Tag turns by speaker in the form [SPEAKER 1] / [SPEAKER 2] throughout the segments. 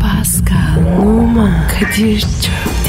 [SPEAKER 1] Pascal, Oman, Kadir çok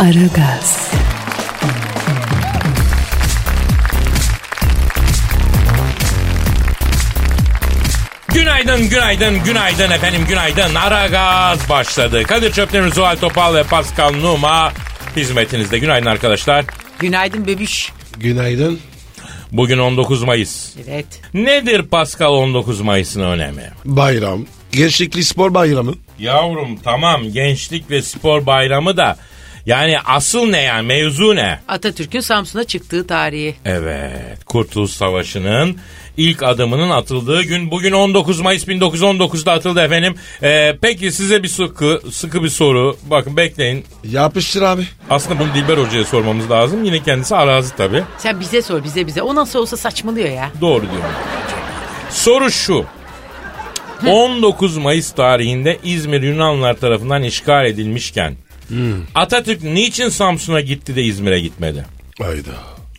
[SPEAKER 1] Aragaz,
[SPEAKER 2] Günaydın, günaydın, günaydın efendim, günaydın. Ara gaz başladı. Kadir Çöptemir, Zuhal Topal ve Pascal Numa hizmetinizde. Günaydın arkadaşlar.
[SPEAKER 3] Günaydın bebiş.
[SPEAKER 4] Günaydın.
[SPEAKER 2] Bugün 19 Mayıs.
[SPEAKER 3] Evet.
[SPEAKER 2] Nedir Pascal 19 Mayıs'ın önemi?
[SPEAKER 4] Bayram. Gençlikli spor bayramı.
[SPEAKER 2] Yavrum tamam gençlik ve spor bayramı da yani asıl ne yani mevzu ne?
[SPEAKER 3] Atatürk'ün Samsun'a çıktığı tarihi.
[SPEAKER 2] Evet Kurtuluş Savaşı'nın ilk adımının atıldığı gün bugün 19 Mayıs 1919'da atıldı efendim. Ee, peki size bir sıkı, sıkı bir soru bakın bekleyin
[SPEAKER 4] Yapıştır abi.
[SPEAKER 2] Aslında bunu Dilber Hoca'ya sormamız lazım. Yine kendisi arazi tabii.
[SPEAKER 3] Sen bize sor bize bize. O nasıl olsa saçmalıyor ya.
[SPEAKER 2] Doğru diyor. Soru şu. 19 Mayıs tarihinde İzmir Yunanlılar tarafından işgal edilmişken Atatürk niçin Samsun'a gitti de İzmir'e gitmedi?
[SPEAKER 4] Hayda.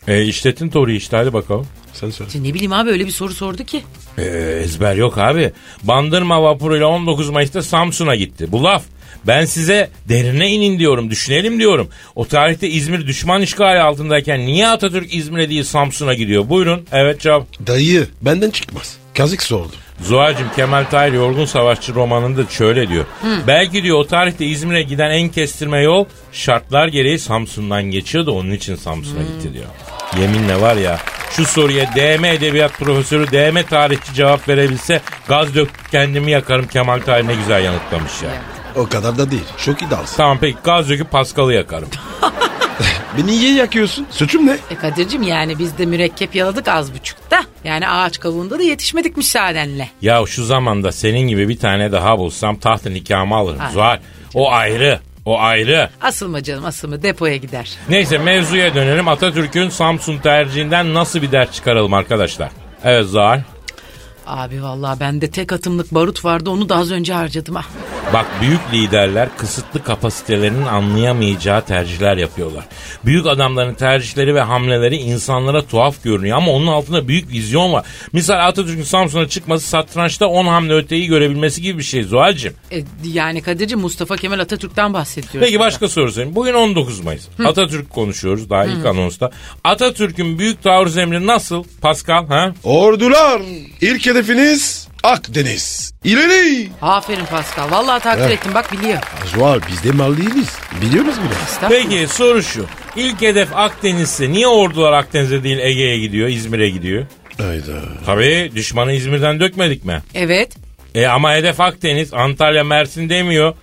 [SPEAKER 2] E, işletin Tori'yi işte hadi bakalım.
[SPEAKER 4] Sen söyle.
[SPEAKER 3] Şimdi ne bileyim abi öyle bir soru sordu ki.
[SPEAKER 2] E, ezber yok abi. Bandırma vapuruyla 19 Mayıs'ta Samsun'a gitti. Bu laf. Ben size derine inin diyorum, düşünelim diyorum. O tarihte İzmir düşman işgali altındayken niye Atatürk İzmir'e değil Samsun'a gidiyor? Buyurun. Evet cevap.
[SPEAKER 4] Dayı benden çıkmaz. Kazık sordu.
[SPEAKER 2] Zuhal'cığım Kemal Tahir Yorgun Savaşçı romanında şöyle diyor. Belki diyor o tarihte İzmir'e giden en kestirme yol şartlar gereği Samsun'dan geçiyordu onun için Samsun'a gitti diyor. Yeminle var ya şu soruya DM Edebiyat Profesörü DM Tarihçi cevap verebilse gaz dök kendimi yakarım Kemal Tahir ne güzel yanıtlamış ya.
[SPEAKER 4] O kadar da değil. Çok idealsın.
[SPEAKER 2] Tamam peki gaz döküp Paskal'ı yakarım.
[SPEAKER 4] Beni niye yakıyorsun? Suçum ne?
[SPEAKER 3] E Kadir'cim yani biz de mürekkep yaladık az buçukta. Yani ağaç kavuğunda da yetişmedik müsaadenle.
[SPEAKER 2] Ya şu zamanda senin gibi bir tane daha bulsam tahtın nikahımı alırım
[SPEAKER 3] Ay.
[SPEAKER 2] Zuhal. O ayrı. O ayrı.
[SPEAKER 3] Asılma canım asılma depoya gider.
[SPEAKER 2] Neyse mevzuya dönelim. Atatürk'ün Samsun tercihinden nasıl bir ders çıkaralım arkadaşlar? Evet Zahar.
[SPEAKER 3] Abi vallahi bende tek atımlık barut vardı onu da az önce harcadım ah. ha.
[SPEAKER 2] Bak büyük liderler kısıtlı kapasitelerinin anlayamayacağı tercihler yapıyorlar. Büyük adamların tercihleri ve hamleleri insanlara tuhaf görünüyor ama onun altında büyük vizyon var. Misal Atatürk'ün Samsun'a çıkması satrançta 10 hamle öteyi görebilmesi gibi bir şey Zuhal'cim.
[SPEAKER 3] E, yani Kadir'cim Mustafa Kemal Atatürk'ten bahsediyoruz.
[SPEAKER 2] Peki başka soru sorayım. Bugün 19 Mayıs. Atatürk konuşuyoruz daha ilk anonsta. Atatürk'ün büyük taarruz emri nasıl Pascal? Ha?
[SPEAKER 4] Ordular. İlk hedefiniz Akdeniz. İleri.
[SPEAKER 3] Aferin Pascal. Vallahi takdir
[SPEAKER 4] Evet.
[SPEAKER 3] ettim bak biliyor.
[SPEAKER 4] Zuhal biz de mal değiliz. Biliyoruz bile.
[SPEAKER 3] Estağfurullah.
[SPEAKER 2] Peki soru şu. İlk hedef Akdeniz'se niye ordular Akdeniz'e değil Ege'ye gidiyor, İzmir'e gidiyor?
[SPEAKER 4] Hayda.
[SPEAKER 2] Tabii düşmanı İzmir'den dökmedik mi?
[SPEAKER 3] Evet.
[SPEAKER 2] E ama hedef Akdeniz, Antalya, Mersin demiyor.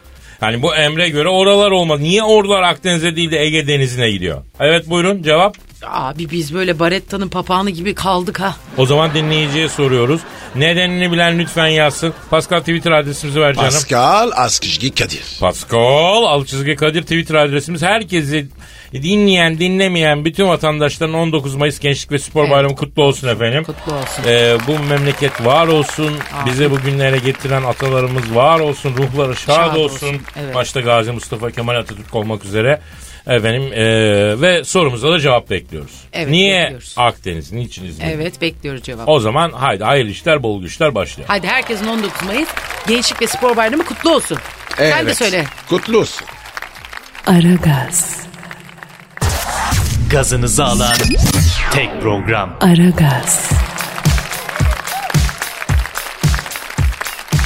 [SPEAKER 2] Yani bu emre göre oralar olmaz. Niye ordular Akdeniz'e değil de Ege Denizi'ne gidiyor? Evet buyurun cevap.
[SPEAKER 3] Abi biz böyle Baretta'nın papağanı gibi kaldık ha.
[SPEAKER 2] O zaman dinleyiciye soruyoruz. Nedenini bilen lütfen yazsın. Pascal Twitter adresimizi ver canım.
[SPEAKER 4] Pascal Askışgi Kadir.
[SPEAKER 2] Pascal Alçızgı Kadir Twitter adresimiz. Herkesi dinleyen, dinlemeyen bütün vatandaşların 19 Mayıs Gençlik ve Spor
[SPEAKER 3] Evet.
[SPEAKER 2] Bayramı kutlu olsun efendim.
[SPEAKER 3] Kutlu olsun.
[SPEAKER 2] Ee, bu memleket var olsun.
[SPEAKER 3] Amin.
[SPEAKER 2] Bize bu günlere getiren atalarımız var olsun. Ruhları şad,
[SPEAKER 3] Şad
[SPEAKER 2] olsun.
[SPEAKER 3] olsun, evet.
[SPEAKER 2] Başta Gazi Mustafa Kemal Atatürk olmak üzere. Efendim ee, ve sorumuza da cevap bekliyoruz.
[SPEAKER 3] Evet,
[SPEAKER 2] Niye
[SPEAKER 3] bekliyoruz.
[SPEAKER 2] Akdeniz? Niçin İzmir?
[SPEAKER 3] Evet bekliyoruz cevap.
[SPEAKER 2] O zaman haydi hayırlı işler, bol güçler başlıyor.
[SPEAKER 3] Hadi herkesin 19 Mayıs Gençlik ve Spor Bayramı kutlu olsun. Sen de söyle.
[SPEAKER 4] Kutlu olsun.
[SPEAKER 1] Aragaz,
[SPEAKER 5] Gazınızı alan tek program.
[SPEAKER 1] Aragaz,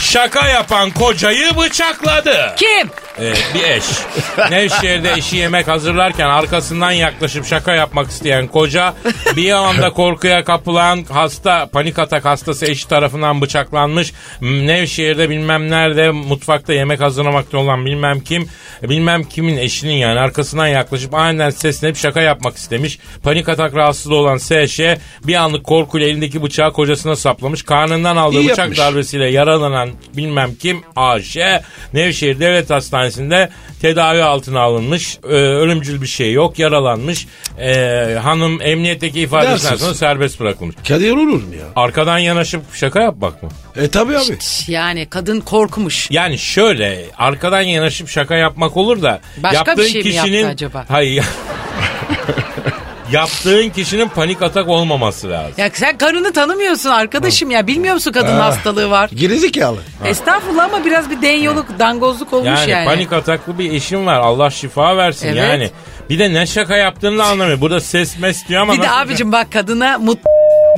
[SPEAKER 2] Şaka yapan kocayı bıçakladı.
[SPEAKER 3] Kim?
[SPEAKER 2] Ee, bir eş. Nevşehir'de eşi yemek hazırlarken arkasından yaklaşıp şaka yapmak isteyen koca bir anda korkuya kapılan hasta panik atak hastası eşi tarafından bıçaklanmış. M- Nevşehir'de bilmem nerede mutfakta yemek hazırlamakta olan bilmem kim bilmem kimin eşinin yani arkasından yaklaşıp aniden seslenip şaka yapmak istemiş. Panik atak rahatsızlığı olan S.Ş. bir anlık korkuyla elindeki bıçağı kocasına saplamış. Karnından aldığı
[SPEAKER 4] İyi
[SPEAKER 2] bıçak
[SPEAKER 4] yapmış.
[SPEAKER 2] darbe darbesiyle yaralanan bilmem kim AŞ Nevşehir Devlet Hastanesi'nde tedavi altına alınmış. Ee, ölümcül bir şey yok. Yaralanmış. Ee, hanım emniyetteki ifadesinden
[SPEAKER 4] Dersiz.
[SPEAKER 2] sonra serbest bırakılmış.
[SPEAKER 4] Kadir olur mu ya?
[SPEAKER 2] Arkadan yanaşıp şaka yapmak mı?
[SPEAKER 4] E tabi abi.
[SPEAKER 3] Yani kadın korkmuş.
[SPEAKER 2] Yani şöyle arkadan yanaşıp şaka yapmak olur da
[SPEAKER 3] Başka
[SPEAKER 2] yaptığın
[SPEAKER 3] bir şey mi yaptı
[SPEAKER 2] kişinin
[SPEAKER 3] acaba?
[SPEAKER 2] Hayır. yaptığın kişinin panik atak olmaması lazım.
[SPEAKER 3] Ya sen karını tanımıyorsun arkadaşım ya. Bilmiyor musun kadın
[SPEAKER 2] Ah.
[SPEAKER 3] hastalığı var?
[SPEAKER 4] Gerizekalı.
[SPEAKER 3] Estağfurullah ama biraz bir denyoluk, dangozluk olmuş yani.
[SPEAKER 2] Yani, panik ataklı bir eşim var. Allah şifa versin
[SPEAKER 3] Evet.
[SPEAKER 2] yani. Bir de ne şaka yaptığını da anlamıyor. Burada ses mes diyor ama
[SPEAKER 3] Bir de
[SPEAKER 2] nasıl-
[SPEAKER 3] abicim bak kadına mut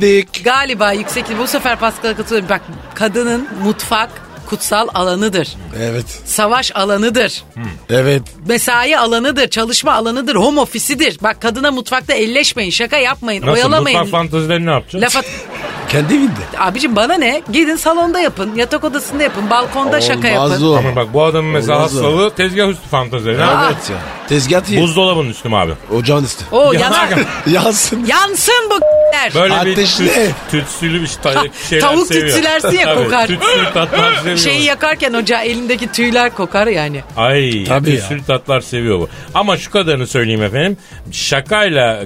[SPEAKER 4] Dik.
[SPEAKER 3] galiba yüksek bu sefer Paskal'a katılıyorum. Bak kadının mutfak kutsal alanıdır.
[SPEAKER 4] Evet.
[SPEAKER 3] Savaş alanıdır.
[SPEAKER 4] Evet.
[SPEAKER 3] Mesai alanıdır, çalışma alanıdır, home ofisidir. Bak kadına mutfakta elleşmeyin, şaka yapmayın,
[SPEAKER 2] Nasıl
[SPEAKER 3] oyalamayın.
[SPEAKER 2] mutfak fantazilerini ne yapacaksın?
[SPEAKER 3] Laf at-
[SPEAKER 4] Kendi evinde.
[SPEAKER 3] Abicim bana ne? Gidin salonda yapın, yatak odasında yapın, balkonda şaka yapın.
[SPEAKER 4] Olmaz o.
[SPEAKER 2] Ama bak bu adamın mesela
[SPEAKER 4] Olmaz o.
[SPEAKER 2] hastalığı tezgah üstü fantazileri. Ne yapacak?
[SPEAKER 4] Evet ya. Tezgah değil.
[SPEAKER 2] Buzdolabının üstü mü abi?
[SPEAKER 4] Ocağın üstü.
[SPEAKER 3] O
[SPEAKER 2] Ya
[SPEAKER 3] yanar.
[SPEAKER 2] bak,
[SPEAKER 4] Yansın.
[SPEAKER 3] Yansın bu k***ler.
[SPEAKER 2] Böyle bir
[SPEAKER 4] Ateşli.
[SPEAKER 2] tüts, tütsülü bir ta- şeyler
[SPEAKER 3] Tavuk
[SPEAKER 2] seviyor.
[SPEAKER 3] tütsülersin ya,
[SPEAKER 2] Tabii,
[SPEAKER 3] kokar.
[SPEAKER 2] Tütsülü tatlar seviyor.
[SPEAKER 3] Şeyi yakarken ocağı elindeki tüyler kokar yani.
[SPEAKER 2] Ay
[SPEAKER 4] Tabii ya.
[SPEAKER 2] tütsülü tatlar seviyor bu. Ama şu kadarını söyleyeyim efendim. Şakayla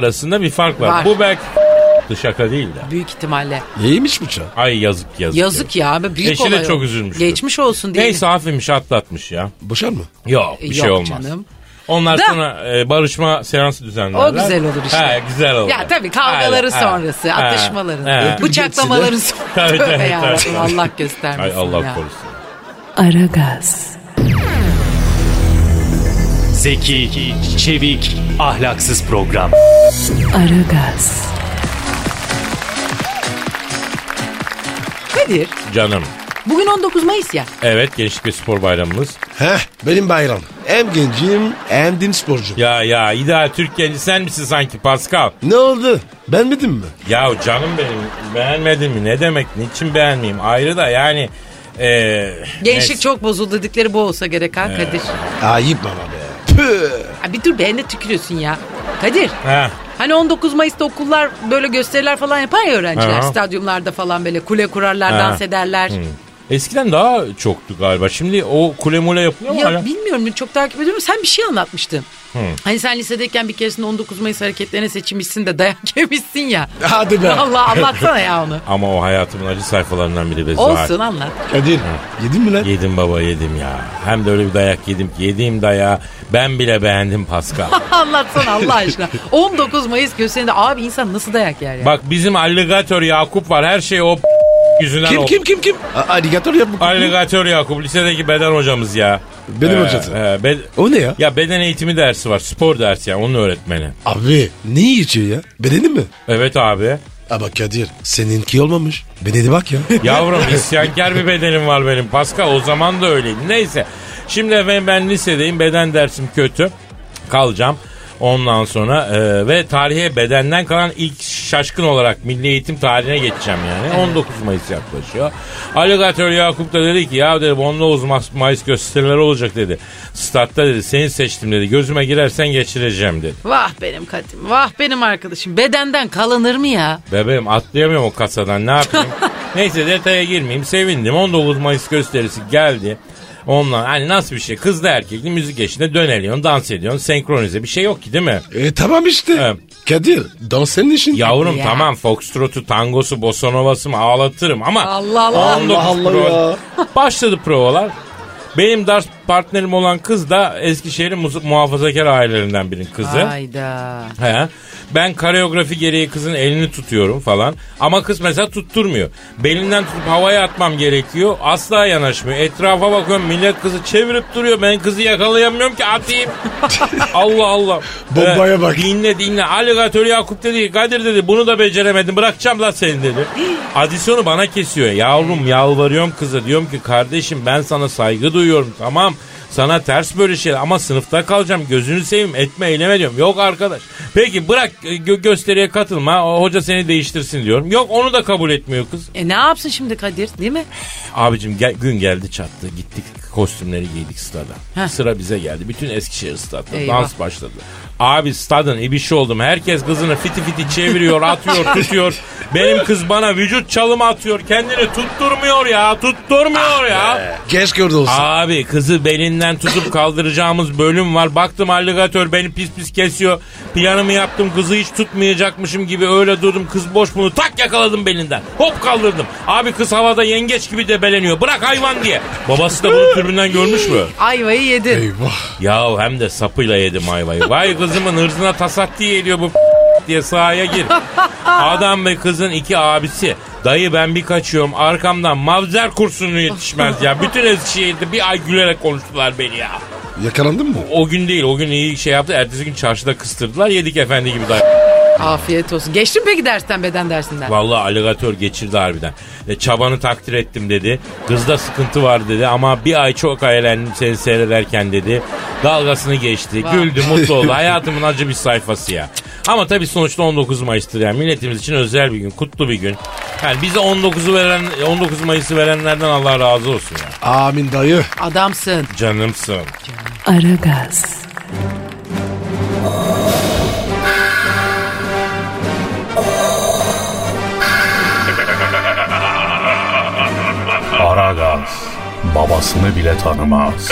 [SPEAKER 2] arasında bir fark var.
[SPEAKER 3] Var.
[SPEAKER 2] Bu belki şaka değil de.
[SPEAKER 3] Büyük ihtimalle.
[SPEAKER 4] Neymiş bıçağı?
[SPEAKER 2] Ay yazık yazık.
[SPEAKER 3] Yazık ya abi büyük
[SPEAKER 2] Eşi de
[SPEAKER 3] olay. o.
[SPEAKER 2] çok üzülmüştür.
[SPEAKER 3] Geçmiş olsun diye.
[SPEAKER 2] Neyse hafifmiş atlatmış ya.
[SPEAKER 4] Boşar mı?
[SPEAKER 2] Yok bir
[SPEAKER 3] Yok
[SPEAKER 2] şey olmaz.
[SPEAKER 3] canım.
[SPEAKER 2] Onlar
[SPEAKER 3] Da-
[SPEAKER 2] sonra e, barışma seansı düzenlerler.
[SPEAKER 3] O güzel olur işte.
[SPEAKER 2] He, güzel olur.
[SPEAKER 3] Ya tabii kavgaları
[SPEAKER 2] Aynen,
[SPEAKER 3] sonrası,
[SPEAKER 2] aynen.
[SPEAKER 3] atışmaların,
[SPEAKER 2] Aynen.
[SPEAKER 3] bıçaklamaların sonrası.
[SPEAKER 2] Tabii, tabii,
[SPEAKER 3] Tövbe
[SPEAKER 2] tabii.
[SPEAKER 3] yarabbim, Allah göstermesin
[SPEAKER 2] Ay Allah
[SPEAKER 3] ya.
[SPEAKER 2] korusun.
[SPEAKER 1] Aragaz,
[SPEAKER 5] Zeki, çevik, ahlaksız program.
[SPEAKER 1] Aragaz,
[SPEAKER 3] Kadir,
[SPEAKER 2] Canım.
[SPEAKER 3] bugün 19 Mayıs ya.
[SPEAKER 2] Evet Gençlik ve Spor Bayramımız.
[SPEAKER 4] Heh benim bayram. Hem gencim hem din sporcu.
[SPEAKER 2] Ya ya İda Türkiye'li sen misin sanki Pascal?
[SPEAKER 4] Ne oldu? Ben midim mi?
[SPEAKER 2] Ya canım benim beğenmedin mi? Ne demek? Niçin beğenmeyeyim? Ayrı da yani... E,
[SPEAKER 3] Gençlik
[SPEAKER 2] neyse.
[SPEAKER 3] çok bozuldu dedikleri bu olsa gerek ha Kadir.
[SPEAKER 4] Ayıp baba be. Püh.
[SPEAKER 3] Ay bir dur beğene tükürüyorsun ya. Kadir.
[SPEAKER 2] Heh.
[SPEAKER 3] Hani 19 Mayıs'ta okullar böyle gösteriler falan yapar ya öğrenciler.
[SPEAKER 2] Aha. Hmm.
[SPEAKER 3] Stadyumlarda falan böyle kule kurarlar,
[SPEAKER 2] Ha.
[SPEAKER 3] dans ederler.
[SPEAKER 2] Eskiden daha çoktu galiba. Şimdi o kule mule yapılıyor mu?
[SPEAKER 3] Ya
[SPEAKER 2] hala? Hmm.
[SPEAKER 3] bilmiyorum çok takip ediyorum. Sen bir şey anlatmıştın. Hani sen lisedeyken bir keresinde 19 Mayıs hareketlerine seçilmişsin de dayak yemişsin ya.
[SPEAKER 4] Hadi be.
[SPEAKER 3] Allah anlatsana ya onu.
[SPEAKER 2] Ama o hayatımın acı sayfalarından biri be Zuhal.
[SPEAKER 3] Olsun anlat.
[SPEAKER 4] Kadir yedin mi lan?
[SPEAKER 2] Yedim baba yedim ya. Hem de öyle bir dayak yedim ki yediğim dayağı ben bile beğendim Pascal.
[SPEAKER 3] Anlatsana Allah aşkına. 19 Mayıs gösterinde abi insan nasıl dayak yer ya?
[SPEAKER 2] Bak bizim alligatör Yakup var her şey o p- yüzünden
[SPEAKER 4] Kim
[SPEAKER 2] o.
[SPEAKER 4] kim kim kim? A- Aligatör yap.
[SPEAKER 2] Alligatör Yakup lisedeki beden hocamız ya.
[SPEAKER 4] Benim hocası.
[SPEAKER 2] he, be-
[SPEAKER 4] O ne ya?
[SPEAKER 2] ya beden eğitimi dersi var spor dersi yani onun öğretmeni.
[SPEAKER 4] Abi ne içiyor ya? Bedeni mi?
[SPEAKER 2] Evet abi.
[SPEAKER 4] Ama Kadir seninki olmamış. Bedeni bak ya.
[SPEAKER 2] Yavrum isyankar bir bedenim var benim Pascal o zaman da öyleydi. Neyse şimdi efendim ben lisedeyim beden dersim kötü kalacağım. Ondan sonra e, ve tarihe bedenden kalan ilk şaşkın olarak milli eğitim tarihine geçeceğim yani. 19 Mayıs yaklaşıyor. Aligatör Yakup da dedi ki ya dedi 19 Mas- Mayıs gösterileri olacak dedi. Statta dedi seni seçtim dedi gözüme girersen geçireceğim dedi.
[SPEAKER 3] Vah benim kadim, vah benim arkadaşım. Bedenden kalınır mı ya?
[SPEAKER 2] Bebeğim atlayamıyorum o kasadan ne yapayım? Neyse detaya girmeyeyim. Sevindim. 19 Mayıs gösterisi geldi. Ondan hani nasıl bir şey? Kızla erkekli müzik eşliğinde döneliyorsun, dans ediyorsun, senkronize. Bir şey yok ki değil mi?
[SPEAKER 4] e tamam işte.
[SPEAKER 2] Evet.
[SPEAKER 4] Kadir dans senin işin.
[SPEAKER 2] Yavrum
[SPEAKER 3] Ya.
[SPEAKER 2] tamam foxtrotu, tangosu, bosanovası mı ağlatırım ama
[SPEAKER 3] Allah Allah.
[SPEAKER 2] 19
[SPEAKER 4] Allah
[SPEAKER 2] prova-
[SPEAKER 4] Allah
[SPEAKER 2] Başladı provalar. Benim ders partnerim olan kız da Eskişehir'in muzu- muhafazakar ailelerinden birinin kızı.
[SPEAKER 3] Hayda.
[SPEAKER 2] He. Ben kareografi gereği kızın elini tutuyorum falan. Ama kız mesela tutturmuyor. Belinden tutup havaya atmam gerekiyor. Asla yanaşmıyor. Etrafa bakıyorum millet kızı çevirip duruyor. Ben kızı yakalayamıyorum ki atayım. Allah Allah.
[SPEAKER 4] Bombaya
[SPEAKER 2] He.
[SPEAKER 4] bak.
[SPEAKER 2] Dinle dinle. Aligatör Yakup dedi ki Kadir dedi bunu da beceremedim bırakacağım lan seni dedi. Adisyonu bana kesiyor. Yavrum yalvarıyorum kıza diyorum ki kardeşim ben sana saygı duyuyorum tamam. Sana ters böyle şeyler ama sınıfta kalacağım gözünü seveyim etme eyleme diyorum. Yok arkadaş. Peki bırak e, gö- gösteriye katılma o- hoca seni değiştirsin diyorum. Yok onu da kabul etmiyor kız.
[SPEAKER 3] E ne yapsın şimdi Kadir değil mi?
[SPEAKER 2] Abicim gel, gün geldi çattı gittik kostümleri giydik stada.
[SPEAKER 3] Heh.
[SPEAKER 2] Sıra bize geldi. Bütün Eskişehir stadında
[SPEAKER 3] Eyvah.
[SPEAKER 2] dans başladı. Abi stadın ibişi oldum. Herkes kızını fiti fiti çeviriyor, atıyor, tutuyor. Benim kız bana vücut çalımı atıyor. Kendini tutturmuyor ya, tutturmuyor
[SPEAKER 3] Ah
[SPEAKER 2] ya.
[SPEAKER 4] Keşke orada olsa.
[SPEAKER 2] Abi kızı belinden tutup kaldıracağımız bölüm var. Baktım alligatör beni pis pis kesiyor. Planımı yaptım kızı hiç tutmayacakmışım gibi öyle durdum. Kız boş bunu tak yakaladım belinden. Hop kaldırdım. Abi kız havada yengeç gibi debeleniyor. Bırak hayvan diye. Babası da bunu türbünden görmüş mü?
[SPEAKER 3] Ayvayı yedin.
[SPEAKER 4] Eyvah.
[SPEAKER 2] Ya hem de sapıyla yedim hayvayı. Vay kızımın hırsına tasat diye ediyor bu diye sahaya gir. Adam ve kızın iki abisi. Dayı ben bir kaçıyorum arkamdan mavzer kursunu yetişmez ya. Bütün Eskişehir'de bir ay gülerek konuştular beni ya.
[SPEAKER 4] Yakalandın mı?
[SPEAKER 2] O gün değil o gün iyi şey yaptı. Ertesi gün çarşıda kıstırdılar yedik efendi gibi dayak.
[SPEAKER 3] Afiyet olsun. Geçtin peki dersten beden dersinden?
[SPEAKER 2] Vallahi aligatör geçirdi harbiden. E, çabanı takdir ettim dedi. Kızda sıkıntı var dedi ama bir ay çok eğlendim seni seyrederken dedi. Dalgasını geçti.
[SPEAKER 3] Vay.
[SPEAKER 2] Güldü mutlu oldu. Hayatımın acı bir sayfası ya. Ama tabii sonuçta 19 Mayıs'tır yani milletimiz için özel bir gün, kutlu bir gün. Yani bize 19'u veren 19 Mayıs'ı verenlerden Allah razı olsun ya.
[SPEAKER 4] Amin dayı.
[SPEAKER 3] Adamsın.
[SPEAKER 2] Canımsın.
[SPEAKER 1] Aragaz,
[SPEAKER 6] Aragaz babasını bile tanımaz.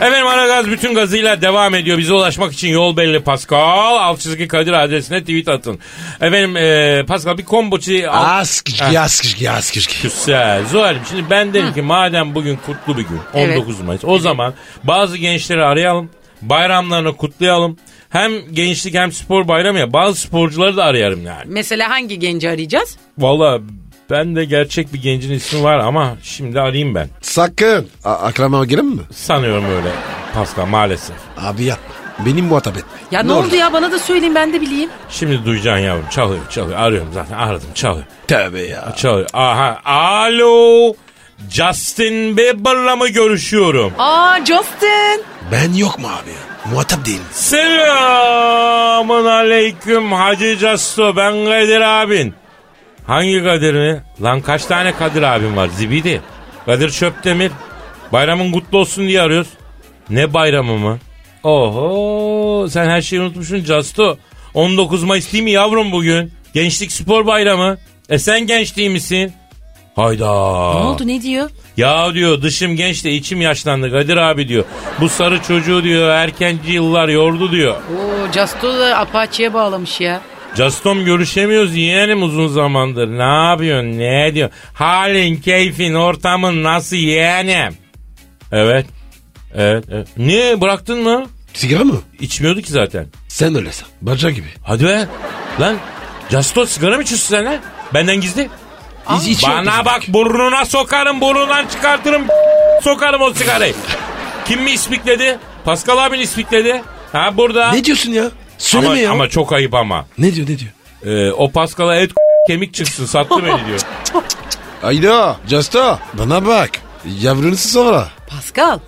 [SPEAKER 2] Efendim Aragaz bütün gazıyla devam ediyor. Bize ulaşmak için yol belli Pascal. Alt çizgi Kadir adresine tweet atın. Efendim e, Pascal bir combo çi- alt-
[SPEAKER 4] Askışki, askışki, askışki.
[SPEAKER 2] Güzel. Zuhal'im şimdi ben derim ki madem bugün kutlu bir gün 19 Mayıs o zaman bazı gençleri arayalım bayramlarını kutlayalım. Hem gençlik hem spor bayramı ya bazı sporcuları da arayarım yani.
[SPEAKER 3] Mesela hangi genci arayacağız?
[SPEAKER 2] Valla ben de gerçek bir gencin ismi var ama şimdi arayayım ben.
[SPEAKER 4] Sakın. A- akrama girelim mi?
[SPEAKER 2] Sanıyorum öyle Pascal maalesef.
[SPEAKER 4] Abi yapma. Benim muhatap etme.
[SPEAKER 3] Ya ne, oldu ya bana da söyleyin ben de bileyim.
[SPEAKER 2] Şimdi duyacaksın yavrum çalıyor çalıyor arıyorum zaten aradım çalıyor.
[SPEAKER 4] Tövbe ya.
[SPEAKER 2] Çalıyor. Aha alo Justin Bieber'la mı görüşüyorum?
[SPEAKER 3] Aa Justin.
[SPEAKER 4] Ben yok mu abi? Muhatap değilim.
[SPEAKER 2] Selamun aleyküm Hacı Casto ben Kadir abin. Hangi Kadir mi? Lan kaç tane Kadir abim var zibidi. Kadir Çöptemir. Bayramın kutlu olsun diye arıyoruz. Ne bayramı mı? Oho sen her şeyi unutmuşsun Casto. 19 Mayıs değil mi yavrum bugün? Gençlik spor bayramı. E sen genç değil misin? Hayda.
[SPEAKER 3] Ne oldu ne diyor?
[SPEAKER 2] Ya diyor dışım genç de içim yaşlandı Kadir abi diyor. Bu sarı çocuğu diyor erkenci yıllar yordu diyor.
[SPEAKER 3] Oo Justo da Apache'ye bağlamış ya.
[SPEAKER 2] Justom görüşemiyoruz yeğenim uzun zamandır. Ne yapıyorsun ne diyor? Halin keyfin ortamın nasıl yeğenim? Evet. Evet. evet. Niye bıraktın mı?
[SPEAKER 4] Sigara mı?
[SPEAKER 2] İçmiyordu ki zaten.
[SPEAKER 4] Sen öylesin. Baca gibi.
[SPEAKER 2] Hadi be. Lan Justo sigara mı içiyorsun sen lan? Benden gizli.
[SPEAKER 4] İç- içiyor
[SPEAKER 2] Bana
[SPEAKER 4] kızım.
[SPEAKER 2] bak burnuna sokarım burnundan çıkartırım sokarım o sigarayı. Kim mi ispikledi? Pascal abin ispikledi. Ha burada.
[SPEAKER 4] Ne diyorsun ya? Söyleme
[SPEAKER 2] ama,
[SPEAKER 4] ya.
[SPEAKER 2] ama çok ayıp ama.
[SPEAKER 4] Ne diyor ne diyor?
[SPEAKER 2] Ee, o Pascal'a et kemik çıksın sattı beni diyor.
[SPEAKER 4] Ayda. Justo. Bana bak. Yavrunu sonra.
[SPEAKER 3] Pascal.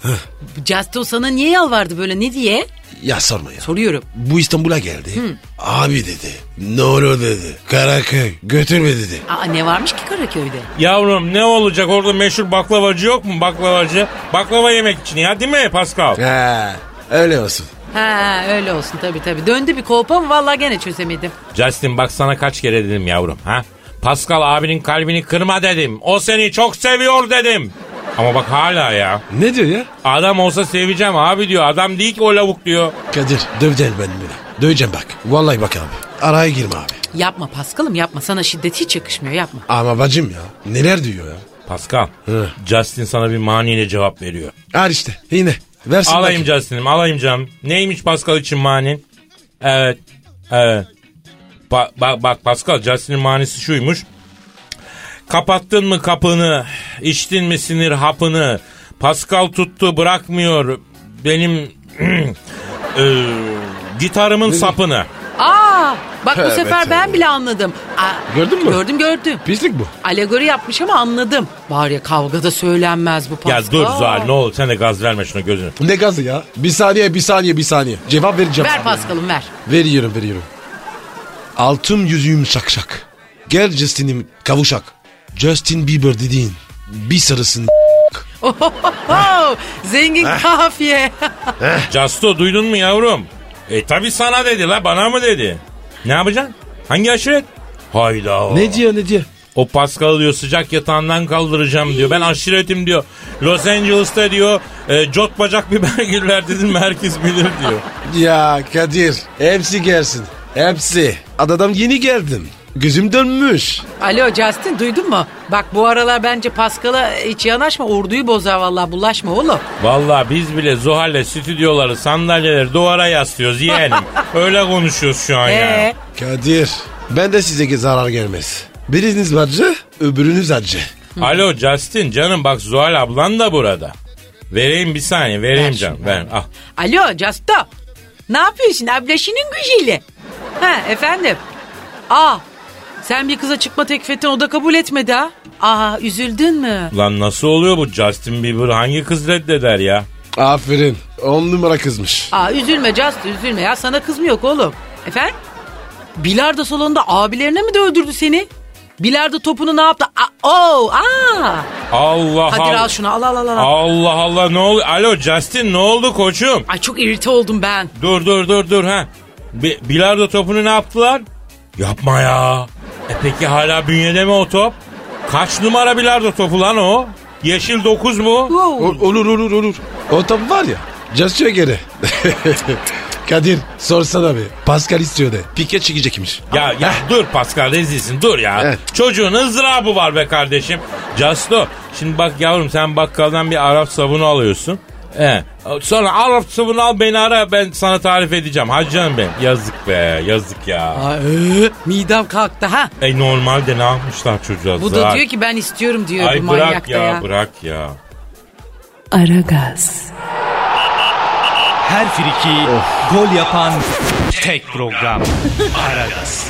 [SPEAKER 3] Justo sana niye yalvardı böyle ne diye?
[SPEAKER 4] Ya sorma ya.
[SPEAKER 3] Soruyorum.
[SPEAKER 4] Bu İstanbul'a geldi. Abi dedi. Ne olur dedi. Karaköy. Götürme dedi.
[SPEAKER 3] Aa ne varmış ki Karaköy'de?
[SPEAKER 2] Yavrum ne olacak orada meşhur baklavacı yok mu baklavacı? Baklava yemek için ya değil mi Pascal?
[SPEAKER 4] He. Öyle olsun.
[SPEAKER 3] Ha öyle olsun tabii tabii. Döndü bir kolpa mı valla gene çözemedim.
[SPEAKER 2] Justin bak sana kaç kere dedim yavrum ha? Pascal abinin kalbini kırma dedim. O seni çok seviyor dedim. Ama bak hala ya.
[SPEAKER 4] Ne diyor ya?
[SPEAKER 2] Adam olsa seveceğim abi diyor. Adam değil ki o lavuk diyor.
[SPEAKER 4] Kadir dövdel ben bunu. Döveceğim bak. Vallahi bak abi. Araya girme abi.
[SPEAKER 3] Yapma Pascal'ım yapma sana şiddet hiç yakışmıyor yapma.
[SPEAKER 4] Ama bacım ya. Neler diyor ya?
[SPEAKER 2] Pascal.
[SPEAKER 4] Hı.
[SPEAKER 2] Justin sana bir maniyle cevap veriyor.
[SPEAKER 4] Al işte yine. Versin
[SPEAKER 2] Alayım
[SPEAKER 4] bakayım.
[SPEAKER 2] Justin'im alayım canım. Neymiş Pascal için mani? Evet. Evet. Ba- ba- bak Pascal Justin'in manisi şuymuş. Kapattın mı kapını? İçtin mi sinir hapını? Pascal tuttu bırakmıyor. Benim e, Gitarımın sapını.
[SPEAKER 3] Aa bak bu
[SPEAKER 4] Evet,
[SPEAKER 3] sefer ben
[SPEAKER 4] evet.
[SPEAKER 3] bile anladım. Aa,
[SPEAKER 4] Gördün mü?
[SPEAKER 3] Gördüm gördüm.
[SPEAKER 4] Pislik bu.
[SPEAKER 3] Alegori yapmış ama anladım. Var ya kavgada söylenmez bu
[SPEAKER 2] Ya
[SPEAKER 3] Pascal.
[SPEAKER 2] dur Zuhal ne olur sen de gaz verme şuna gözünü.
[SPEAKER 4] Ne gazı ya? Bir saniye bir saniye bir saniye. Cevap vereceğim.
[SPEAKER 3] Ver Pascal'ım ver.
[SPEAKER 4] Veriyorum veriyorum. Altın yüzüğüm şakşak. Gel Justin'im kavuşak. Justin Bieber dediğin bir sarısın.
[SPEAKER 3] Ohohoho, Zengin kafiye.
[SPEAKER 2] Casto duydun mu yavrum? E tabi sana dedi la bana mı dedi? Ne yapacaksın? Hangi aşiret? Hayda.
[SPEAKER 4] Ne diyor ne diyor?
[SPEAKER 2] O Pascal diyor sıcak yatağından kaldıracağım diyor. Ben aşiretim diyor. Los Angeles'ta diyor e, cot bacak biber güller dedim mi herkes bilir diyor.
[SPEAKER 4] Ya Kadir hepsi gelsin. Hepsi. Adadan yeni geldim. Gözüm dönmüş.
[SPEAKER 3] Alo Justin duydun mu? Bak bu aralar bence Pascal'a hiç yanaşma. Orduyu bozar vallahi bulaşma oğlum.
[SPEAKER 2] Vallahi biz bile Zuhal'le stüdyoları sandalyeleri duvara yaslıyoruz yeğenim. Öyle konuşuyoruz şu an ya.
[SPEAKER 3] Ee,
[SPEAKER 4] Kadir ben de size zarar gelmez. Biriniz acı öbürünüz acı.
[SPEAKER 2] Alo Justin canım bak Zuhal ablan da burada. Vereyim bir saniye vereyim canım. Ver, Ah, al.
[SPEAKER 3] alo Justo. Ne yapıyorsun ablaşının güzeli? Ha efendim. Aa sen bir kıza çıkma teklif ettin o da kabul etmedi ha. Aa üzüldün mü?
[SPEAKER 2] Lan nasıl oluyor bu Justin Bieber hangi kız reddeder ya?
[SPEAKER 4] Aferin. On numara kızmış.
[SPEAKER 3] Aa üzülme Justin üzülme ya sana kız mı yok oğlum? Efendim? Bilardo salonunda abilerine mi dövdürdü seni? Bilardo topunu ne yaptı? Aa, oo, aa.
[SPEAKER 2] Allah
[SPEAKER 3] Kadir
[SPEAKER 2] Allah.
[SPEAKER 3] al şunu al al al. al.
[SPEAKER 2] Allah Allah ne oldu? Alo Justin ne oldu koçum?
[SPEAKER 3] Ay çok irite oldum ben.
[SPEAKER 2] Dur dur dur dur ha. Bi- bilardo topunu ne yaptılar? Yapma ya. E peki hala bünyede mi o top? Kaç numara bilardo topu lan o? Yeşil 9 mu?
[SPEAKER 4] O- olur olur olur. O top var ya. Jasio geri. Kadir sorsana bir. Pascal istiyor de. Pike çekecekmiş.
[SPEAKER 2] Ya ya dur Pascal rezilsin dur ya.
[SPEAKER 4] Evet.
[SPEAKER 2] Çocuğun ızdırabı var be kardeşim. Casto şimdi bak yavrum sen bakkaldan bir Arap sabunu alıyorsun. He. Sonra Arap sabunu al beni ara ben sana tarif edeceğim. Hacı canım benim. Yazık be yazık ya.
[SPEAKER 3] Aa, ee, midem kalktı ha.
[SPEAKER 2] E normalde ne yapmışlar çocuğa?
[SPEAKER 3] Bu da
[SPEAKER 2] Zar.
[SPEAKER 3] diyor ki ben istiyorum diyor bu
[SPEAKER 2] Ay
[SPEAKER 3] manyak
[SPEAKER 2] bırak
[SPEAKER 3] da ya.
[SPEAKER 2] ya, bırak ya.
[SPEAKER 1] Aragaz,
[SPEAKER 5] Her friki gol yapan tek program. Aragaz.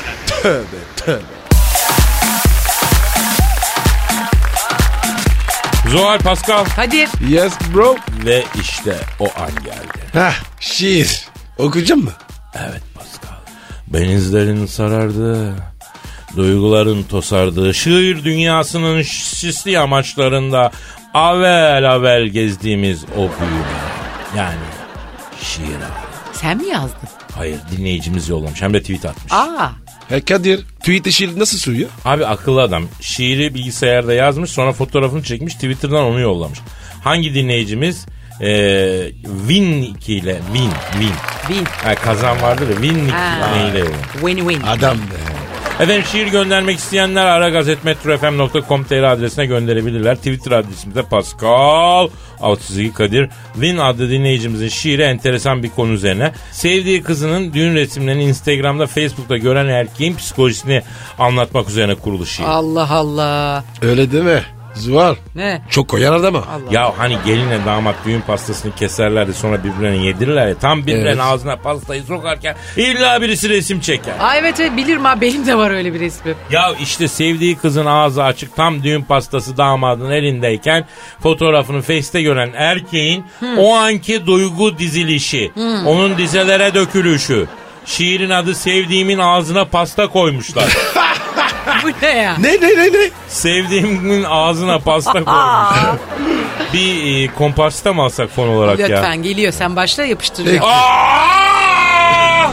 [SPEAKER 2] Zuhal Pascal.
[SPEAKER 3] Kadir
[SPEAKER 4] Yes bro.
[SPEAKER 2] Ve işte o an geldi.
[SPEAKER 4] Heh şiir. Okuyacak mı?
[SPEAKER 2] Evet Pascal. Benizlerin sarardı. Duyguların tosardığı şiir dünyasının sisli yamaçlarında avel avel gezdiğimiz o büyüme. Yani şiir abi.
[SPEAKER 3] sen mi yazdın?
[SPEAKER 2] Hayır dinleyicimiz yollamış hem de tweet atmış.
[SPEAKER 3] Aa
[SPEAKER 4] E Kadir tweet'e şiir nasıl sürüyor?
[SPEAKER 2] Abi akıllı adam şiiri bilgisayarda yazmış sonra fotoğrafını çekmiş Twitter'dan onu yollamış. Hangi dinleyicimiz? Ee, Win 2 ile Win Win.
[SPEAKER 3] win.
[SPEAKER 2] Ha, kazan vardır ya Win 2
[SPEAKER 3] Ha.
[SPEAKER 2] ile yollamış.
[SPEAKER 3] Win win.
[SPEAKER 4] Adam
[SPEAKER 2] Efendim şiir göndermek isteyenler aragazetmetrofm.com.tr adresine gönderebilirler. Twitter adresimiz de Pascal Altçizgi Kadir Win adlı dinleyicimizin şiiri enteresan bir konu üzerine. Sevdiği kızının düğün resimlerini Instagram'da Facebook'ta gören erkeğin psikolojisini anlatmak üzerine kurulu şiir.
[SPEAKER 3] Allah Allah.
[SPEAKER 4] Öyle deme. Zuhal.
[SPEAKER 3] Ne?
[SPEAKER 4] Çok koyar adama.
[SPEAKER 2] Ya hani gelinle damat düğün pastasını keserler de sonra birbirlerini yedirirler ya. Tam birbirlerinin
[SPEAKER 4] Evet.
[SPEAKER 2] ağzına pastayı sokarken illa birisi resim çeker.
[SPEAKER 3] Aa evet evet bilirim ha benim de var öyle bir resmim.
[SPEAKER 2] Ya işte sevdiği kızın ağzı açık tam düğün pastası damadın elindeyken fotoğrafını face'te gören erkeğin o anki duygu dizilişi, onun dizelere dökülüşü. Şiirin adı sevdiğimin ağzına pasta koymuşlar.
[SPEAKER 3] Bu ne ya?
[SPEAKER 4] Ne ne ne ne?
[SPEAKER 2] sevdiğimin ağzına pasta koymuşlar. Bir e, komparsta mı alsak fon olarak ya?
[SPEAKER 3] Lütfen geliyor sen başla yapıştıracağım.
[SPEAKER 4] Peki.
[SPEAKER 2] Aa!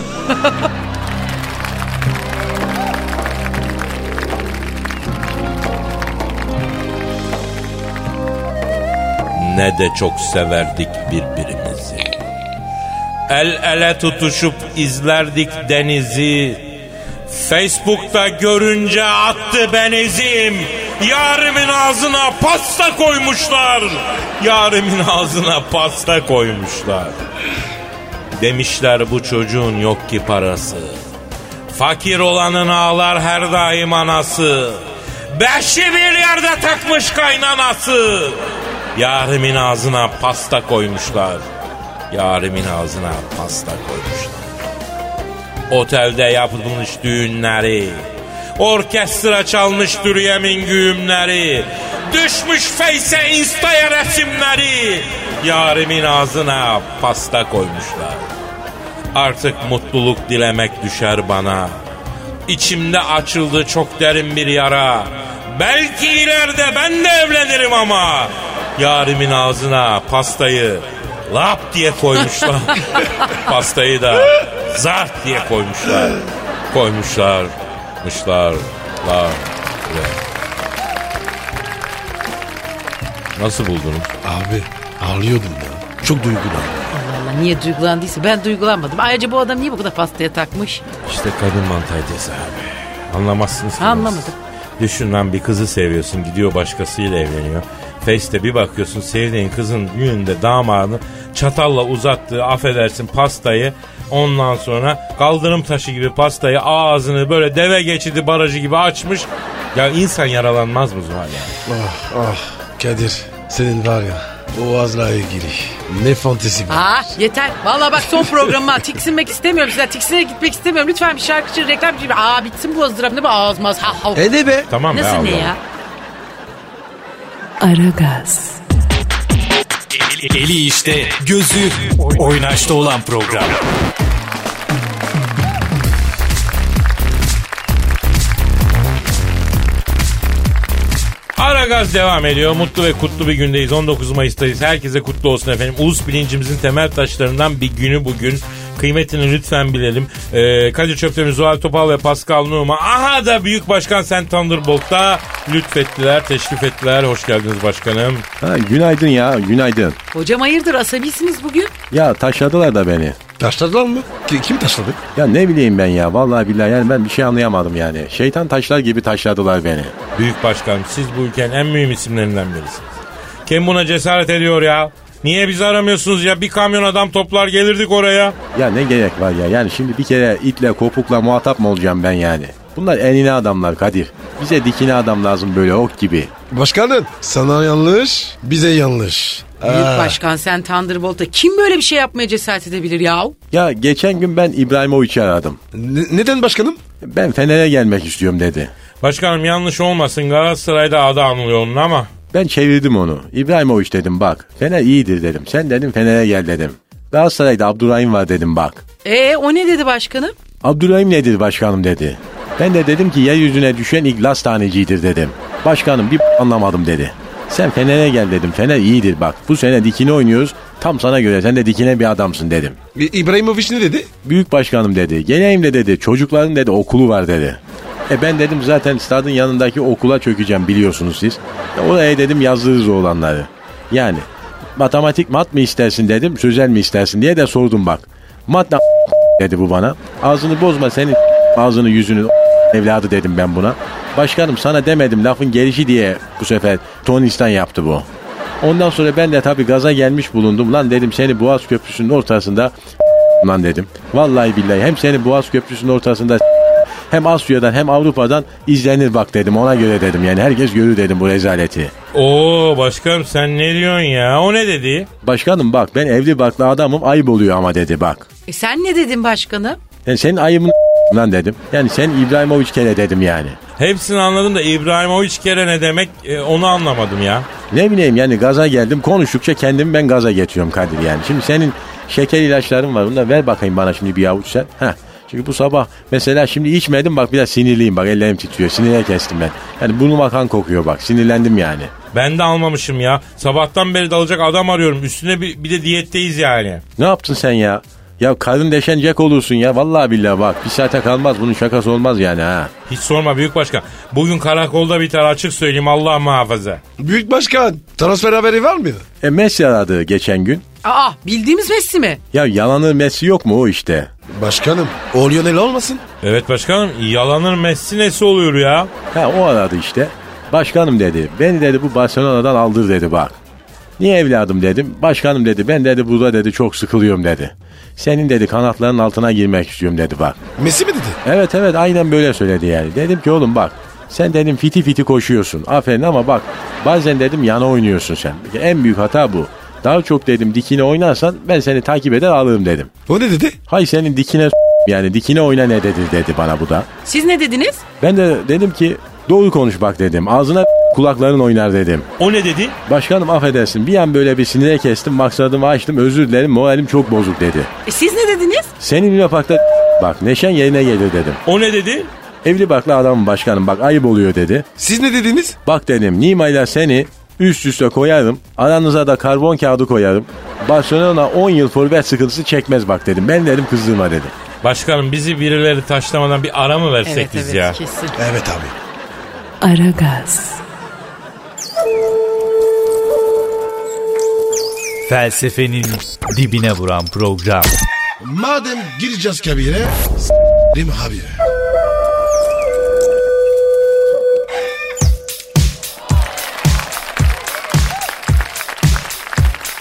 [SPEAKER 2] Ne de çok severdik birbirimizi. El ele tutuşup izlerdik denizi. Facebook'ta görünce attı benizim. Yarimin ağzına pasta koymuşlar. Yarimin ağzına pasta koymuşlar. Demişler bu çocuğun yok ki parası. Fakir olanın ağlar her daim anası. Beşi bir yerde takmış kaynanası. Yarimin ağzına pasta koymuşlar. Yarimin ağzına pasta koymuşlar. Otelde yapılmış düğünleri. Orkestra çalmış Dürüyem'in güğümleri. Düşmüş Face'e Insta'ya resimleri. Yarimin ağzına pasta koymuşlar. Artık mutluluk dilemek düşer bana. İçimde açıldı çok derin bir yara. Belki ileride ben de evlenirim ama. Yarimin ağzına pastayı lap diye koymuşlar. pastayı da zart diye koymuşlar. Koymuşlar, mışlar, lar. ve- Nasıl buldunuz?
[SPEAKER 4] Abi ağlıyordum ya. Çok duygulandım.
[SPEAKER 3] Allah Allah niye duygulandıysa ben duygulanmadım. Ayrıca bu adam niye bu kadar pastaya takmış?
[SPEAKER 2] İşte kadın mantalitesi abi. Anlamazsınız. ki
[SPEAKER 3] Anlamadım.
[SPEAKER 2] nasıl. Düşün lan bir kızı seviyorsun gidiyor başkasıyla evleniyor. Face'te bir bakıyorsun sevdiğin kızın gününde damadın çatalla uzattığı affedersin pastayı ondan sonra kaldırım taşı gibi pastayı ağzını böyle deve geçidi barajı gibi açmış. Ya insan yaralanmaz mı Zuhal ya?
[SPEAKER 4] Ah ah Kadir senin var ya o Azra'ya giriş. Ne fantezi var.
[SPEAKER 3] Aa yeter. Vallahi bak son programıma tiksinmek istemiyorum. Size tiksinerek gitmek istemiyorum. Lütfen bir şarkıcı reklam gibi. Aa bitsin bu ızdırap ne bu ağızmaz. Ha, ha.
[SPEAKER 4] Hadi be.
[SPEAKER 2] Tamam be
[SPEAKER 3] E, Nasıl ne
[SPEAKER 2] Allah'ım.
[SPEAKER 3] ya?
[SPEAKER 1] Aragaz,
[SPEAKER 5] Eli, eli işte, gözü oynaşta olan program.
[SPEAKER 2] Ara gaz devam ediyor. Mutlu ve kutlu bir gündeyiz. 19 Mayıs'tayız. Herkese kutlu olsun efendim. Ulus bilincimizin temel taşlarından bir günü bugün. Kıymetini lütfen bilelim. Ee, Kadir Çöptemir, Zuhal Topal ve Pascal Numa. Aha da Büyük Başkan Sen Thunderbolt'ta lütfettiler, teşrif ettiler. Hoş geldiniz başkanım.
[SPEAKER 7] Ha, günaydın ya günaydın.
[SPEAKER 3] Hocam hayırdır asabisiniz bugün?
[SPEAKER 7] Ya taşladılar da beni.
[SPEAKER 4] Taşladılar mı? Ki- Kim taşladı?
[SPEAKER 7] Ya ne bileyim ben ya vallahi billahi yani ben bir şey anlayamadım yani. Şeytan taşlar gibi taşladılar beni.
[SPEAKER 2] Büyük Başkan siz bu ülkenin en mühim isimlerinden birisiniz. Kim buna cesaret ediyor ya? Niye bizi aramıyorsunuz ya? Bir kamyon adam toplar gelirdik oraya.
[SPEAKER 7] Ya ne gerek var ya yani şimdi bir kere itle kopukla muhatap mı olacağım ben yani? Bunlar enine adamlar Kadir. Bize dikine adam lazım böyle ok gibi.
[SPEAKER 4] Başkanım sana yanlış bize yanlış.
[SPEAKER 3] Büyük başkan sen Thunderbolt'a kim böyle bir şey yapmaya cesaret edebilir ya?
[SPEAKER 7] Ya geçen gün ben İbrahimovic'i aradım.
[SPEAKER 4] Ne- neden başkanım?
[SPEAKER 7] Ben Fener'e gelmek istiyorum dedi.
[SPEAKER 2] Başkanım yanlış olmasın Galatasaray'da adı anılıyor onun ama.
[SPEAKER 7] Ben çevirdim onu. İbrahimovic dedim bak. Fener iyidir dedim. Sen dedim Fener'e gel dedim. Galatasaray'da Abdurrahim var dedim bak.
[SPEAKER 3] E o ne dedi başkanım?
[SPEAKER 7] Abdurrahim nedir başkanım dedi. Ben de dedim ki yeryüzüne düşen iglas tanecidir dedim. Başkanım bir anlamadım dedi. Sen Fener'e gel dedim. Fener iyidir bak. Bu sene dikine oynuyoruz. Tam sana göre sen de dikine bir adamsın dedim.
[SPEAKER 4] İ- E, İbrahimovic ne dedi?
[SPEAKER 7] Büyük başkanım dedi. Geleyim de dedi. Çocukların dedi okulu var dedi. E ben dedim zaten stadın yanındaki okula çökeceğim biliyorsunuz siz. E oraya dedim yazdırırız oğlanları. Yani matematik mat mı istersin dedim sözel mi istersin diye de sordum bak. Mat da dedi bu bana. Ağzını bozma senin ağzını yüzünü evladı dedim ben buna. Başkanım sana demedim lafın gelişi diye bu sefer Tonistan yaptı bu. Ondan sonra ben de tabii gaza gelmiş bulundum. Lan dedim seni Boğaz Köprüsü'nün ortasında lan dedim. Vallahi billahi hem seni Boğaz Köprüsü'nün ortasında hem Asya'dan hem Avrupa'dan izlenir bak dedim. Ona göre dedim yani herkes görür dedim bu rezaleti.
[SPEAKER 2] Oo başkanım sen ne diyorsun ya? O ne dedi?
[SPEAKER 7] Başkanım bak ben evli baklı adamım ayıp oluyor ama dedi bak.
[SPEAKER 3] E sen ne dedin başkanım?
[SPEAKER 7] Yani senin ayıbın lan dedim. Yani sen İbrahimovic kere dedim yani.
[SPEAKER 2] Hepsini anladım da İbrahimovic kere ne demek e, onu anlamadım ya.
[SPEAKER 7] Ne bileyim yani gaza geldim konuştukça kendimi ben gaza getiriyorum Kadir yani. Şimdi senin şeker ilaçların var bunu da ver bakayım bana şimdi bir avuç sen. Heh. Çünkü bu sabah mesela şimdi içmedim bak biraz sinirliyim bak ellerim titriyor sinire kestim ben. Yani burnum akan kokuyor bak sinirlendim yani.
[SPEAKER 2] Ben de almamışım ya. Sabahtan beri dalacak adam arıyorum. Üstüne bir, bir de diyetteyiz yani.
[SPEAKER 7] Ne yaptın sen ya? Ya karın deşenecek olursun ya vallahi billahi bak bir saate kalmaz bunun şakası olmaz yani ha.
[SPEAKER 2] Hiç sorma büyük başkan. Bugün karakolda biter açık söyleyeyim Allah muhafaza.
[SPEAKER 4] Büyük başkan transfer haberi var mı?
[SPEAKER 7] E Messi aradı geçen gün.
[SPEAKER 3] Aa bildiğimiz Messi mi?
[SPEAKER 7] Ya yalanı Messi yok mu o işte?
[SPEAKER 4] Başkanım o Lionel olmasın?
[SPEAKER 2] Evet başkanım yalanın Messi nesi oluyor ya?
[SPEAKER 7] Ha o aradı işte. Başkanım dedi. Beni dedi bu Barcelona'dan aldır dedi bak. Niye evladım dedim. Başkanım dedi ben dedi burada dedi çok sıkılıyorum dedi. Senin dedi kanatların altına girmek istiyorum dedi bak.
[SPEAKER 4] Messi mi dedi?
[SPEAKER 7] Evet evet aynen böyle söyledi yani. Dedim ki oğlum bak sen dedim fiti fiti koşuyorsun. Aferin ama bak bazen dedim yana oynuyorsun sen. En büyük hata bu. Daha çok dedim dikine oynarsan ben seni takip eder alırım dedim.
[SPEAKER 4] O ne dedi?
[SPEAKER 7] Hay senin dikine Yani dikine oyna ne dedi dedi bana bu da.
[SPEAKER 3] Siz ne dediniz?
[SPEAKER 7] Ben de dedim ki doğru konuş bak dedim. Ağzına kulakların oynar dedim.
[SPEAKER 2] O ne dedi?
[SPEAKER 7] Başkanım affedersin bir an böyle bir sinire kestim maksadımı açtım özür dilerim moralim çok bozuk dedi.
[SPEAKER 3] E, siz ne dediniz?
[SPEAKER 7] Senin Lünepark'ta bak neşen yerine gelir dedim.
[SPEAKER 2] O ne dedi?
[SPEAKER 7] Evli barklı adamım başkanım bak ayıp oluyor dedi.
[SPEAKER 4] Siz ne dediniz?
[SPEAKER 7] Bak dedim Nima'yla seni üst üste koyarım. Aranıza da karbon kağıdı koyarım. Barcelona 10 yıl forvet sıkıntısı çekmez bak dedim. Ben dedim kızdırma dedim.
[SPEAKER 2] Başkanım bizi birileri taşlamadan bir ara mı versek
[SPEAKER 3] Evet
[SPEAKER 2] biz
[SPEAKER 3] evet
[SPEAKER 2] ya?
[SPEAKER 3] kesin.
[SPEAKER 4] Evet abi.
[SPEAKER 1] Aragaz,
[SPEAKER 5] Felsefenin dibine vuran program.
[SPEAKER 4] Madem gireceğiz kabire, s**rim abi.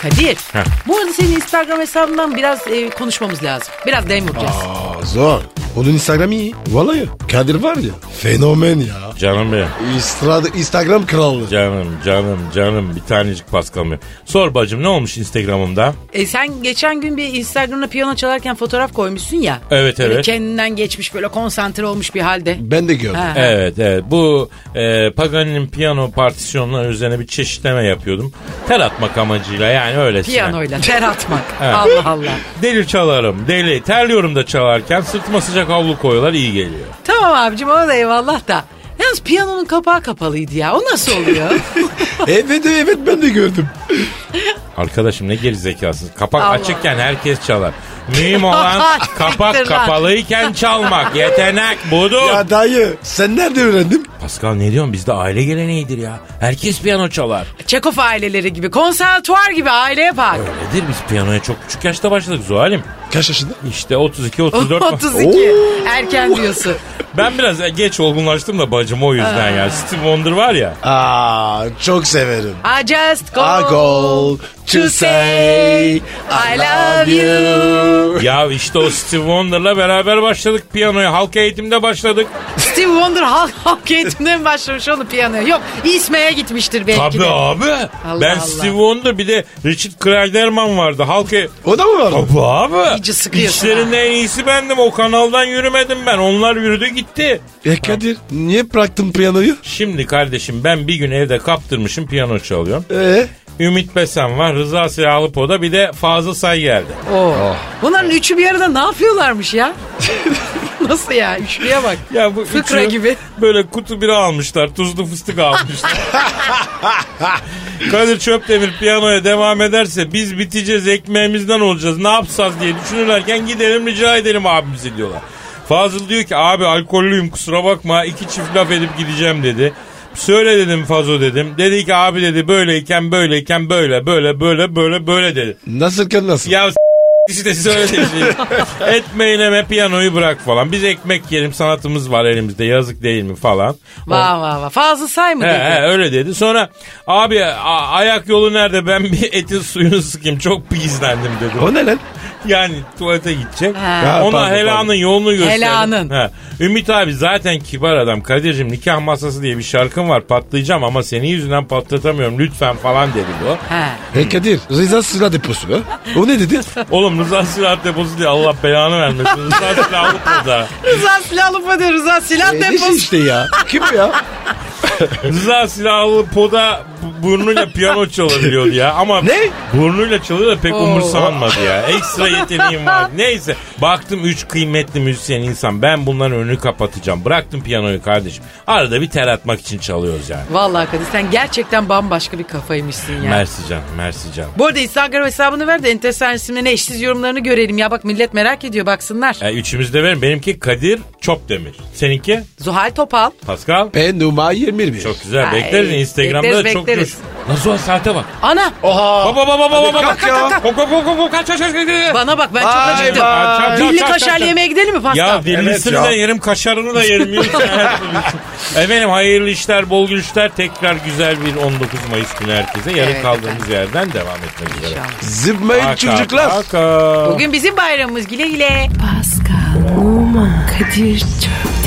[SPEAKER 3] Kadir.
[SPEAKER 2] Heh.
[SPEAKER 3] Bu arada senin Instagram hesabından biraz e, konuşmamız lazım. Biraz dem vuracağız.
[SPEAKER 4] Aa, zor. Onun Instagram'ı iyi. Vallahi Kadir var ya. Fenomen ya.
[SPEAKER 2] Canım benim.
[SPEAKER 4] İstra- Instagram kralı.
[SPEAKER 2] Canım canım canım bir tanecik pas kalmıyor. Sor bacım ne olmuş Instagram'ımda?
[SPEAKER 3] E, sen geçen gün bir Instagram'da piyano çalarken fotoğraf koymuşsun ya.
[SPEAKER 2] Evet,
[SPEAKER 3] Böyle
[SPEAKER 2] evet.
[SPEAKER 3] Kendinden geçmiş böyle konsantre olmuş bir halde.
[SPEAKER 4] Ben de gördüm.
[SPEAKER 3] Ha.
[SPEAKER 2] Evet evet bu e, Paganini'nin piyano partisyonları üzerine bir çeşitleme yapıyordum. Tel atmak amacıyla yani öylesine.
[SPEAKER 3] Piyanoyla ter atmak.
[SPEAKER 2] Evet.
[SPEAKER 3] Allah Allah.
[SPEAKER 2] Deli çalarım deli terliyorum da çalarken sırtıma sıcak havlu koyuyorlar iyi geliyor.
[SPEAKER 3] Tamam abicim ona da eyvallah da. Yalnız piyanonun kapağı kapalıydı ya. O nasıl oluyor?
[SPEAKER 4] Evet evet ben de gördüm.
[SPEAKER 2] Arkadaşım ne geri zekasınız. Kapak
[SPEAKER 3] Allah.
[SPEAKER 2] açıkken herkes çalar. Mühim olan kapak
[SPEAKER 3] Siktir lan.
[SPEAKER 2] kapalıyken çalmak. Yetenek budur.
[SPEAKER 4] Ya dayı sen nerede öğrendin?
[SPEAKER 2] Pascal ne diyorsun bizde aile geleneğidir ya. Herkes piyano çalar.
[SPEAKER 3] Çekov aileleri gibi. Konservatuar gibi aile yapar.
[SPEAKER 2] Öyledir biz piyanoya çok küçük yaşta başladık Zuhal'im.
[SPEAKER 4] Kaç yaşında?
[SPEAKER 2] İşte 32-34
[SPEAKER 3] 32. Erken diyorsun.
[SPEAKER 2] Ben biraz e, geç olgunlaştım da bacım o yüzden ya. Steve Wonder var ya.
[SPEAKER 4] Aa çok severim.
[SPEAKER 3] I just go,
[SPEAKER 4] A goal to say I love you.
[SPEAKER 2] ya işte o Steve Wonder'la beraber başladık piyanoya. Halk eğitimde başladık.
[SPEAKER 3] Steve Wonder halk halk eğitimine mi başlamış oğlum piyanoya? Yok İsme'ye gitmiştir belki
[SPEAKER 2] Tabii
[SPEAKER 3] de.
[SPEAKER 2] abi. ben
[SPEAKER 3] Allah.
[SPEAKER 2] Steve Wonder bir de Richard Kleiderman vardı. Halk e-
[SPEAKER 4] O da mı var?
[SPEAKER 2] Tabii abi.
[SPEAKER 3] İyice sıkıyorsun
[SPEAKER 2] İşlerin
[SPEAKER 3] ha.
[SPEAKER 2] en iyisi bendim. O kanaldan yürümedim ben. Onlar yürüdü gitti.
[SPEAKER 4] E Kadir niye bıraktın piyanoyu?
[SPEAKER 2] Şimdi kardeşim ben bir gün evde kaptırmışım piyano çalıyorum.
[SPEAKER 4] Ee?
[SPEAKER 2] Ümit Besen var, Rıza Silahlıpo'da bir de Fazıl Say geldi.
[SPEAKER 3] Oo. Bunların üçü bir arada ne yapıyorlarmış ya? Nasıl ya? Üçlüye bak.
[SPEAKER 2] Ya bu
[SPEAKER 3] Fıkra
[SPEAKER 2] üçü
[SPEAKER 3] gibi.
[SPEAKER 2] Böyle kutu bira almışlar. Tuzlu fıstık almışlar. Kadir Çöpdemir piyanoya devam ederse biz biteceğiz ekmeğimizden olacağız. Ne yapsaz diye düşünürlerken gidelim rica edelim abimize diyorlar. Fazıl diyor ki abi alkollüyüm kusura bakma iki çift laf edip gideceğim dedi. Söyle dedim Fazo dedim. Dedi ki abi dedi böyleyken böyleyken böyle böyle böyle böyle böyle dedi.
[SPEAKER 4] Nasılken nasıl?
[SPEAKER 2] Ya s- işte söyle şey. Etmeyin eme piyanoyu bırak falan. Biz ekmek yiyelim sanatımız var elimizde yazık değil mi falan.
[SPEAKER 3] Vah vah vah. Fazla say mı
[SPEAKER 2] He,
[SPEAKER 3] dedi?
[SPEAKER 2] he, öyle dedi. Sonra abi a- ayak yolu nerede ben bir etin suyunu sıkayım çok pizlendim dedi.
[SPEAKER 4] O ne lan?
[SPEAKER 2] Yani tuvalete gidecek.
[SPEAKER 3] Ha.
[SPEAKER 2] Ona
[SPEAKER 4] pardon,
[SPEAKER 2] helanın
[SPEAKER 4] pardon.
[SPEAKER 2] yolunu gösterdim.
[SPEAKER 3] Helanın.
[SPEAKER 2] He. Ümit abi zaten kibar adam. Kadir'cim nikah masası diye bir şarkım var patlayacağım ama senin yüzünden patlatamıyorum lütfen falan dedi bu.
[SPEAKER 3] He.
[SPEAKER 4] E Kadir Rıza Sıra deposu ha? O ne dedi? E,
[SPEAKER 2] Oğlum Rıza Silah Deposu diye Allah belanı vermesin. Rıza Silah Deposu'da.
[SPEAKER 3] Rıza silahlı mı diyor? Rıza silah
[SPEAKER 4] E, ne şey
[SPEAKER 3] deposu.
[SPEAKER 4] işte ya? Kim ya?
[SPEAKER 2] Rıza Silahlı Poda bu- burnuyla piyano çalabiliyordu ya. Ama
[SPEAKER 4] Ne?
[SPEAKER 2] burnuyla çalıyor da pek
[SPEAKER 3] Oo.
[SPEAKER 2] umursanmadı ya. Ekstra yeteneğim var. Neyse. Baktım üç kıymetli müzisyen insan. Ben bunların önünü kapatacağım. Bıraktım piyanoyu kardeşim. Arada bir ter atmak için çalıyoruz yani.
[SPEAKER 3] Vallahi Kadir sen gerçekten bambaşka bir kafaymışsın ya.
[SPEAKER 2] Mersi canım, mersi canım.
[SPEAKER 3] Bu arada Instagram hesabını ver de enteresan isimlerine eşsiz yorumlarını görelim ya. Bak millet merak ediyor baksınlar.
[SPEAKER 2] E, üçümüz de verin. Benimki Kadir Çopdemir. Seninki
[SPEAKER 3] Zuhal Topal.
[SPEAKER 2] Pascal.
[SPEAKER 4] Ben numara 21.
[SPEAKER 2] Çok güzel.
[SPEAKER 3] Ay,
[SPEAKER 2] Bekleriz Instagram'da
[SPEAKER 3] bekleriz,
[SPEAKER 2] da çok
[SPEAKER 3] bekleriz.
[SPEAKER 2] görüş. Nasıl o saate bak.
[SPEAKER 3] Ana
[SPEAKER 4] Oha.
[SPEAKER 2] Baba baba baba baba.
[SPEAKER 4] kalk ya.
[SPEAKER 2] Kalk kalk kalk kalk. Kaç kaç kaç. kaç.
[SPEAKER 3] bana bak ben çok
[SPEAKER 4] Vay
[SPEAKER 3] acıktım.
[SPEAKER 4] vay.
[SPEAKER 2] Çap, çap,
[SPEAKER 3] Dilli
[SPEAKER 2] çap, çap,
[SPEAKER 3] kaşarlı
[SPEAKER 2] çap.
[SPEAKER 3] yemeğe gidelim mi Pascal?
[SPEAKER 2] Ya dillisini
[SPEAKER 4] Evet ya.
[SPEAKER 2] de yerim, kaşarını da yerim. Yürü sen hayatım. Efendim hayırlı işler, bol gülüşler. Tekrar güzel bir 19 Mayıs günü herkese. Yarın
[SPEAKER 3] Evet
[SPEAKER 2] kaldığımız yerden devam etmek üzere.
[SPEAKER 4] Zıpmayın
[SPEAKER 2] Aka,
[SPEAKER 4] çocuklar.
[SPEAKER 2] aka.
[SPEAKER 3] Bugün bizim bayramımız güle güle.
[SPEAKER 1] Pascal, Oman, Aman Kadir çok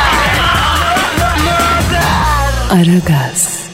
[SPEAKER 1] Aragaz.